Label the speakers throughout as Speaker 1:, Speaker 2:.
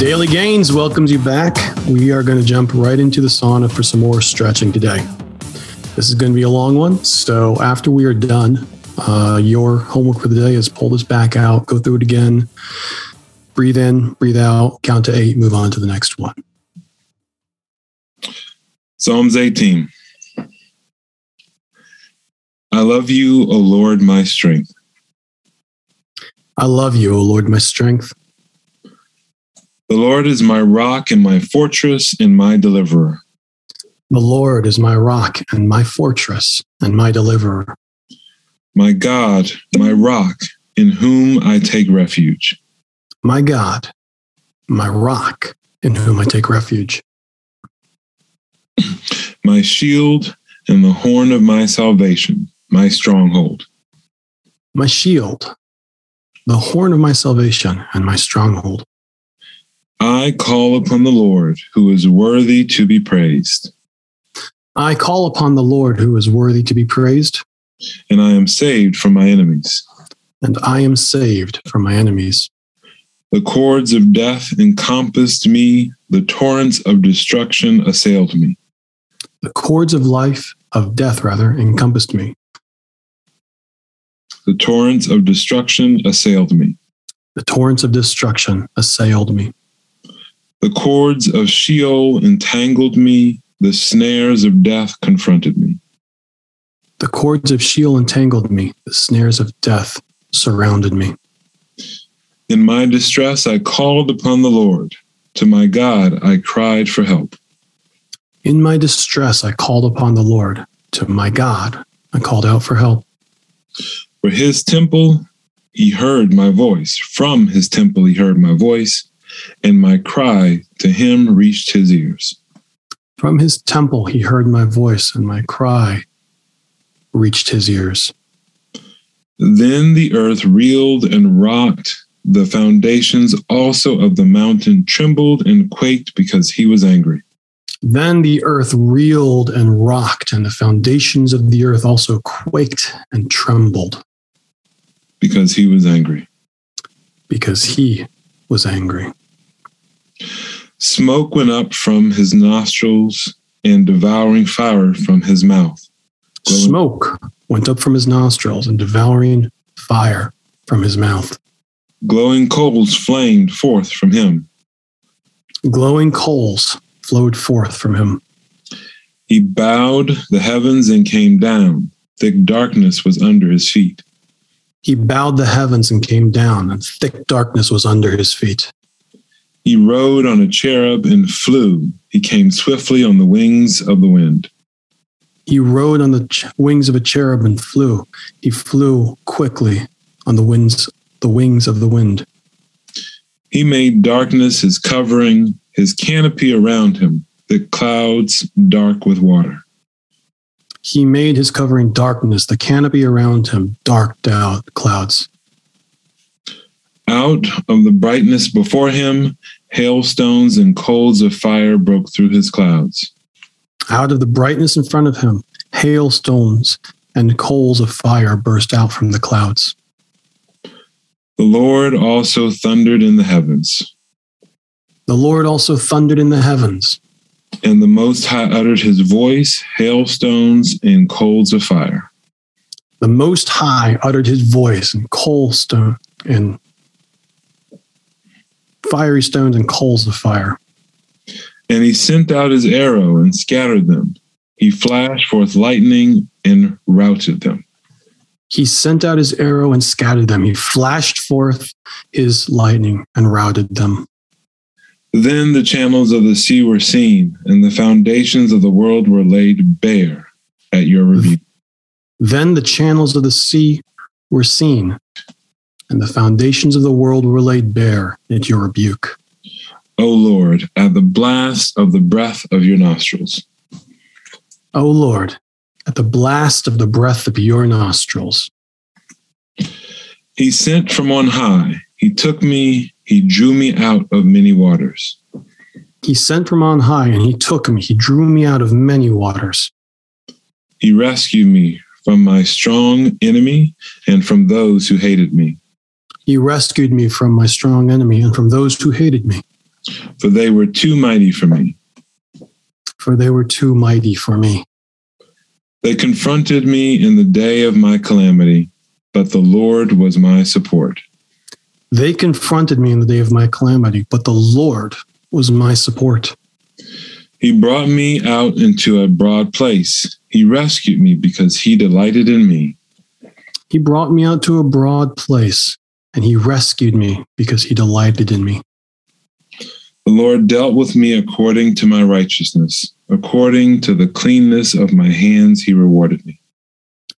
Speaker 1: Greetings, welcomes you back. We are going to jump right into the sauna for some more stretching today. This is going to be a long one. So, after we are done, uh, your homework for the day is pull this back out, go through it again, breathe in, breathe out, count to eight, move on to the next one.
Speaker 2: Psalms 18. I love you, O Lord, my strength.
Speaker 1: I love you, O Lord, my strength.
Speaker 2: The Lord is my rock and my fortress and my deliverer.
Speaker 1: The Lord is my rock and my fortress and my deliverer,
Speaker 2: My God, my rock, in whom I take refuge.
Speaker 1: my God, my rock in whom I take refuge,
Speaker 2: My shield and the horn of my salvation, my stronghold.
Speaker 1: my shield, the horn of my salvation and my stronghold.
Speaker 2: I call upon the Lord, who is worthy to be praised,
Speaker 1: I call upon the Lord who is worthy to be praised,
Speaker 2: and I am saved from my enemies.
Speaker 1: and I am saved from my enemies.
Speaker 2: The cords of death encompassed me, the torrents of destruction assailed me.
Speaker 1: The cords of life, of death rather, encompassed me.
Speaker 2: The torrents of destruction assailed me.
Speaker 1: The torrents of destruction assailed me.
Speaker 2: The cords of Sheol entangled me, the snares of death confronted me.
Speaker 1: The cords of Sheol entangled me. The snares of death surrounded me.
Speaker 2: In my distress, I called upon the Lord. To my God, I cried for help.
Speaker 1: In my distress, I called upon the Lord. To my God, I called out for help.
Speaker 2: For his temple, he heard my voice. From his temple, he heard my voice, and my cry to him reached his ears.
Speaker 1: From his temple, he heard my voice, and my cry reached his ears.
Speaker 2: Then the earth reeled and rocked. The foundations also of the mountain trembled and quaked because he was angry.
Speaker 1: Then the earth reeled and rocked, and the foundations of the earth also quaked and trembled
Speaker 2: Because he was angry.
Speaker 1: because he was angry.
Speaker 2: Smoke went up from his nostrils and devouring fire from his mouth. Glowing,
Speaker 1: Smoke went up from his nostrils and devouring fire from his mouth.
Speaker 2: glowing coals flamed forth from him.
Speaker 1: Glowing coals flowed forth from him.
Speaker 2: He bowed the heavens and came down. Thick darkness was under his feet.
Speaker 1: He bowed the heavens and came down, and thick darkness was under his feet.
Speaker 2: He rode on a cherub and flew. He came swiftly on the wings of the wind.
Speaker 1: He rode on the ch- wings of a cherub and flew. He flew quickly on the winds, the wings of the wind.
Speaker 2: He made darkness his covering, his canopy around him, the clouds dark with water.
Speaker 1: He made his covering darkness, the canopy around him darked out clouds.
Speaker 2: Out of the brightness before him, hailstones and coals of fire broke through his clouds.
Speaker 1: Out of the brightness in front of him, hailstones and coals of fire burst out from the clouds.
Speaker 2: The Lord also thundered in the heavens,
Speaker 1: The Lord also thundered in the heavens,
Speaker 2: and the Most High uttered his voice, hailstones and coals of fire.
Speaker 1: the Most High uttered his voice, and coal stone and fiery stones and coals of fire.
Speaker 2: And he sent out his arrow and scattered them. He flashed forth lightning and routed them.
Speaker 1: He sent out his arrow and scattered them. He flashed forth his lightning and routed them.
Speaker 2: Then the channels of the sea were seen, and the foundations of the world were laid bare at your rebuke.
Speaker 1: Then the channels of the sea were seen, and the foundations of the world were laid bare at your rebuke.
Speaker 2: O Lord, at the blast of the breath of your nostrils.
Speaker 1: O Lord, at the blast of the breath of your nostrils,
Speaker 2: He sent from on high. He took me, he drew me out of many waters.
Speaker 1: he sent from on high, and he took me. He drew me out of many waters.
Speaker 2: He rescued me from my strong enemy and from those who hated me.
Speaker 1: He rescued me from my strong enemy and from those who hated me.
Speaker 2: for they were too mighty for me.
Speaker 1: for they were too mighty for me.
Speaker 2: They confronted me in the day of my calamity, but the Lord was my support.
Speaker 1: They confronted me in the day of my calamity, but the Lord was my support.
Speaker 2: He brought me out into a broad place. He rescued me because he delighted in me.
Speaker 1: He brought me out to a broad place, and he rescued me because he delighted in me.
Speaker 2: The Lord dealt with me according to my righteousness, according to the cleanness of my hands, he rewarded me.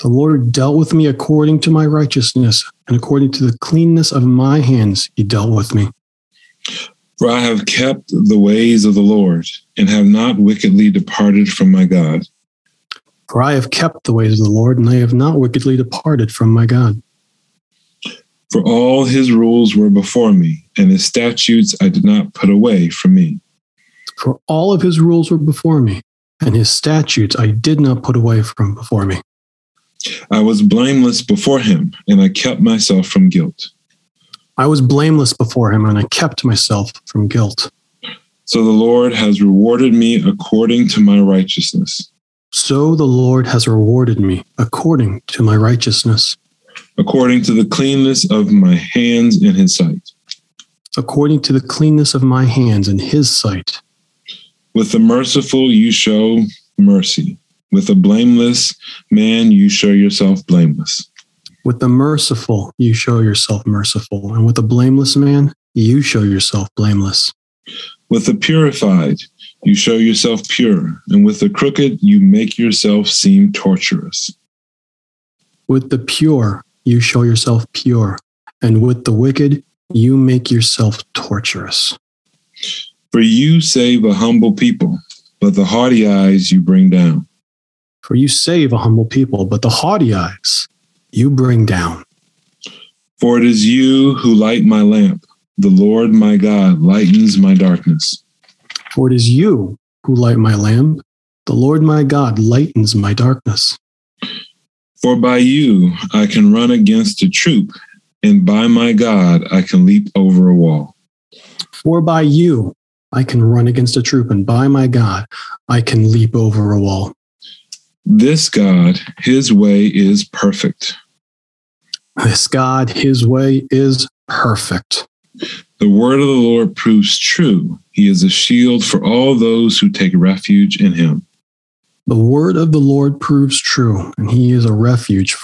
Speaker 1: The Lord dealt with me according to my righteousness, and according to the cleanness of my hands, he dealt with me.
Speaker 2: For I have kept the ways of the Lord, and have not wickedly departed from my God.
Speaker 1: For I have kept the ways of the Lord, and I have not wickedly departed from my God.
Speaker 2: For all his rules were before me, and his statutes I did not put away from me.
Speaker 1: For all of his rules were before me, and his statutes I did not put away from before me.
Speaker 2: I was blameless before him, and I kept myself from guilt.
Speaker 1: I was blameless before him, and I kept myself from guilt.
Speaker 2: So the Lord has rewarded me according to my righteousness,
Speaker 1: So the Lord has rewarded me according to my righteousness,
Speaker 2: according to the cleanness of my hands in his sight.
Speaker 1: according to the cleanness of my hands in his sight.
Speaker 2: With the merciful you show mercy. With a blameless man you show yourself blameless.
Speaker 1: With the merciful, you show yourself merciful, and with the blameless man, you show yourself blameless.
Speaker 2: With the purified you show yourself pure, and with the crooked you make yourself seem tortuous.
Speaker 1: With the pure, you show yourself pure, and with the wicked, you make yourself torturous.
Speaker 2: For you save a humble people, but the haughty eyes you bring down.
Speaker 1: For you save a humble people, but the haughty eyes you bring down.
Speaker 2: For it is you who light my lamp. The Lord my God lightens my darkness.
Speaker 1: For it is you who light my lamp. The Lord my God lightens my darkness.
Speaker 2: For by you I can run against a troop, and by my God I can leap over a wall.
Speaker 1: For by you I can run against a troop, and by my God I can leap over a wall.
Speaker 2: This God, his way is perfect.
Speaker 1: This God, his way is perfect.
Speaker 2: The word of the Lord proves true. He is a shield for all those who take refuge in him.
Speaker 1: The word of the Lord proves true, and he is a refuge.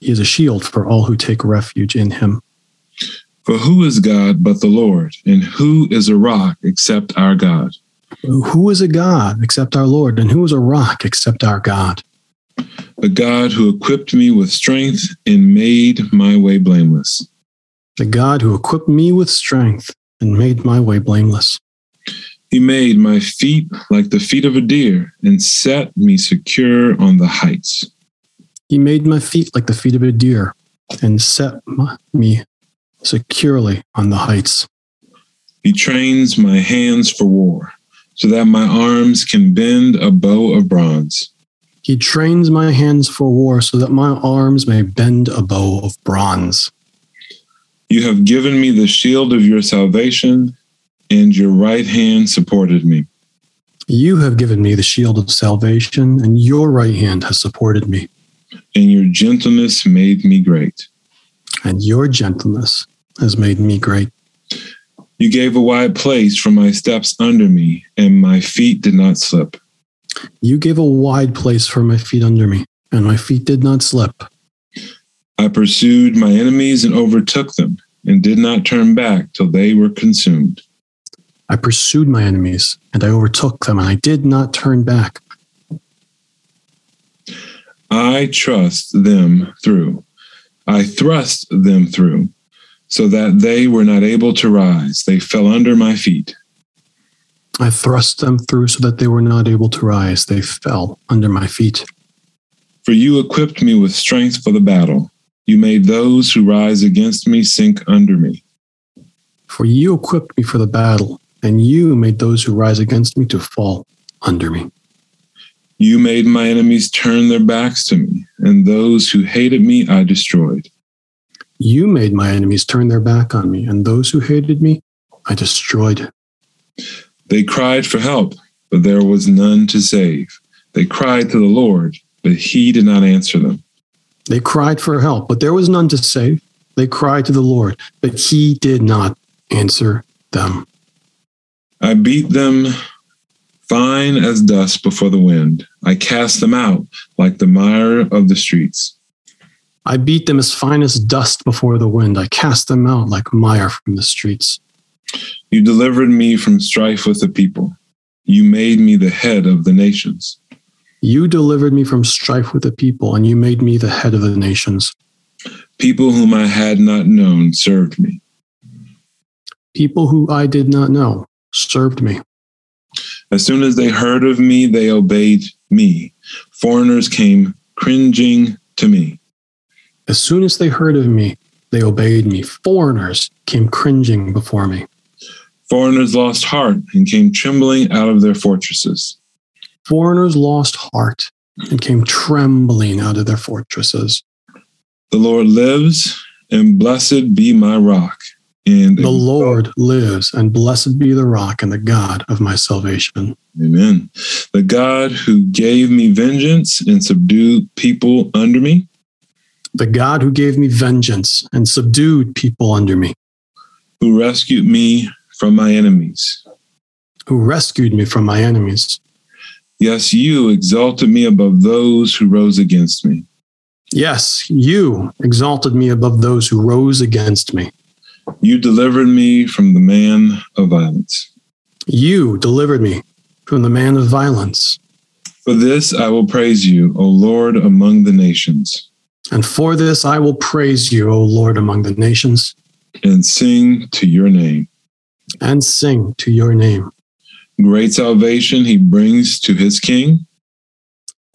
Speaker 1: He is a shield for all who take refuge in him.
Speaker 2: For who is God but the Lord, and who is a rock except our God?
Speaker 1: Who is a God except our Lord, and who is a rock except our God?
Speaker 2: a God who equipped me with strength and made my way blameless.
Speaker 1: The God who equipped me with strength and made my way blameless.
Speaker 2: He made my feet like the feet of a deer and set me secure on the heights.
Speaker 1: He made my feet like the feet of a deer and set my, me securely on the heights.
Speaker 2: He trains my hands for war so that my arms can bend a bow of bronze.
Speaker 1: He trains my hands for war so that my arms may bend a bow of bronze.
Speaker 2: You have given me the shield of your salvation, and your right hand supported me.
Speaker 1: You have given me the shield of salvation, and your right hand has supported me,
Speaker 2: And your gentleness made me great.
Speaker 1: and your gentleness has made me great.
Speaker 2: You gave a wide place for my steps under me, and my feet did not slip.
Speaker 1: You gave a wide place for my feet under me, and my feet did not slip.
Speaker 2: I pursued my enemies and overtook them, and did not turn back till they were consumed.
Speaker 1: I pursued my enemies, and I overtook them, and I did not turn back.
Speaker 2: I trust them through. I thrust them through, so that they were not able to rise. They fell under my feet.
Speaker 1: I thrust them through so that they were not able to rise. They fell under my feet.
Speaker 2: For you equipped me with strength for the battle. You made those who rise against me sink under me.
Speaker 1: For you equipped me for the battle, and you made those who rise against me to fall under me.
Speaker 2: You made my enemies turn their backs to me, and those who hated me I destroyed.
Speaker 1: You made my enemies turn their back on me, and those who hated me I destroyed.
Speaker 2: They cried for help, but there was none to save. They cried to the Lord, but he did not answer them.
Speaker 1: They cried for help, but there was none to save. They cried to the Lord, but he did not answer them.
Speaker 2: I beat them fine as dust before the wind. I cast them out like the mire of the streets.
Speaker 1: I beat them as fine as dust before the wind. I cast them out like mire from the streets.
Speaker 2: You delivered me from strife with the people. You made me the head of the nations.
Speaker 1: You delivered me from strife with the people, and you made me the head of the nations.
Speaker 2: People whom I had not known served me.
Speaker 1: People who I did not know served me.
Speaker 2: As soon as they heard of me, they obeyed me. Foreigners came cringing to me.
Speaker 1: As soon as they heard of me, they obeyed me. Foreigners came cringing before me.
Speaker 2: Foreigners lost heart and came trembling out of their fortresses.
Speaker 1: Foreigners lost heart and came trembling out of their fortresses.
Speaker 2: The Lord lives, and blessed be my rock. And
Speaker 1: The Lord lives, and blessed be the rock and the God of my salvation.
Speaker 2: Amen. The God who gave me vengeance and subdued people under me,
Speaker 1: The God who gave me vengeance and subdued people under me,
Speaker 2: who rescued me from my enemies.
Speaker 1: who rescued me from my enemies.
Speaker 2: Yes, you exalted me above those who rose against me.
Speaker 1: Yes, you exalted me above those who rose against me.
Speaker 2: You delivered me from the man of violence.
Speaker 1: You delivered me from the man of violence.
Speaker 2: For this I will praise you, O Lord, among the nations,
Speaker 1: And for this I will praise you, O Lord, among the nations,
Speaker 2: and sing to your name.
Speaker 1: and sing to your name.
Speaker 2: Great salvation he brings to his king,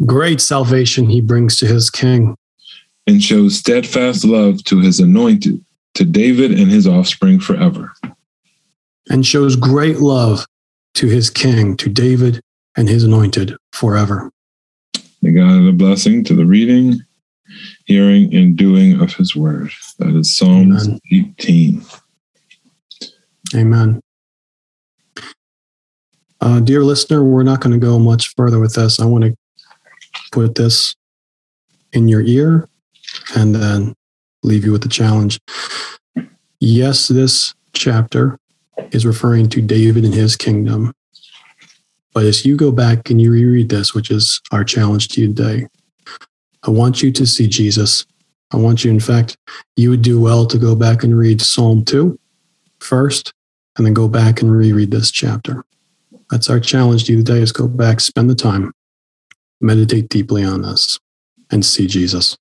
Speaker 1: Great salvation he brings to his king,
Speaker 2: and shows steadfast love to his anointed, to David and his offspring forever.
Speaker 1: and shows great love to his king, to David and his anointed forever.
Speaker 2: May God have a blessing to the reading, hearing, and doing of his word. That is Psalms
Speaker 1: Amen.
Speaker 2: 18.
Speaker 1: Amen. Uh, dear listener, we're not going to go much further with this. I want to put this in your ear and then leave you with the challenge. Yes, this chapter is referring to David and his kingdom. But as you go back and you reread this, which is our challenge to you today, I want you to see Jesus. I want you, in fact, you would do well to go back and read Psalm 2 first and then go back and reread this chapter. That's our challenge to you today is go back, spend the time, meditate deeply on this, and see Jesus.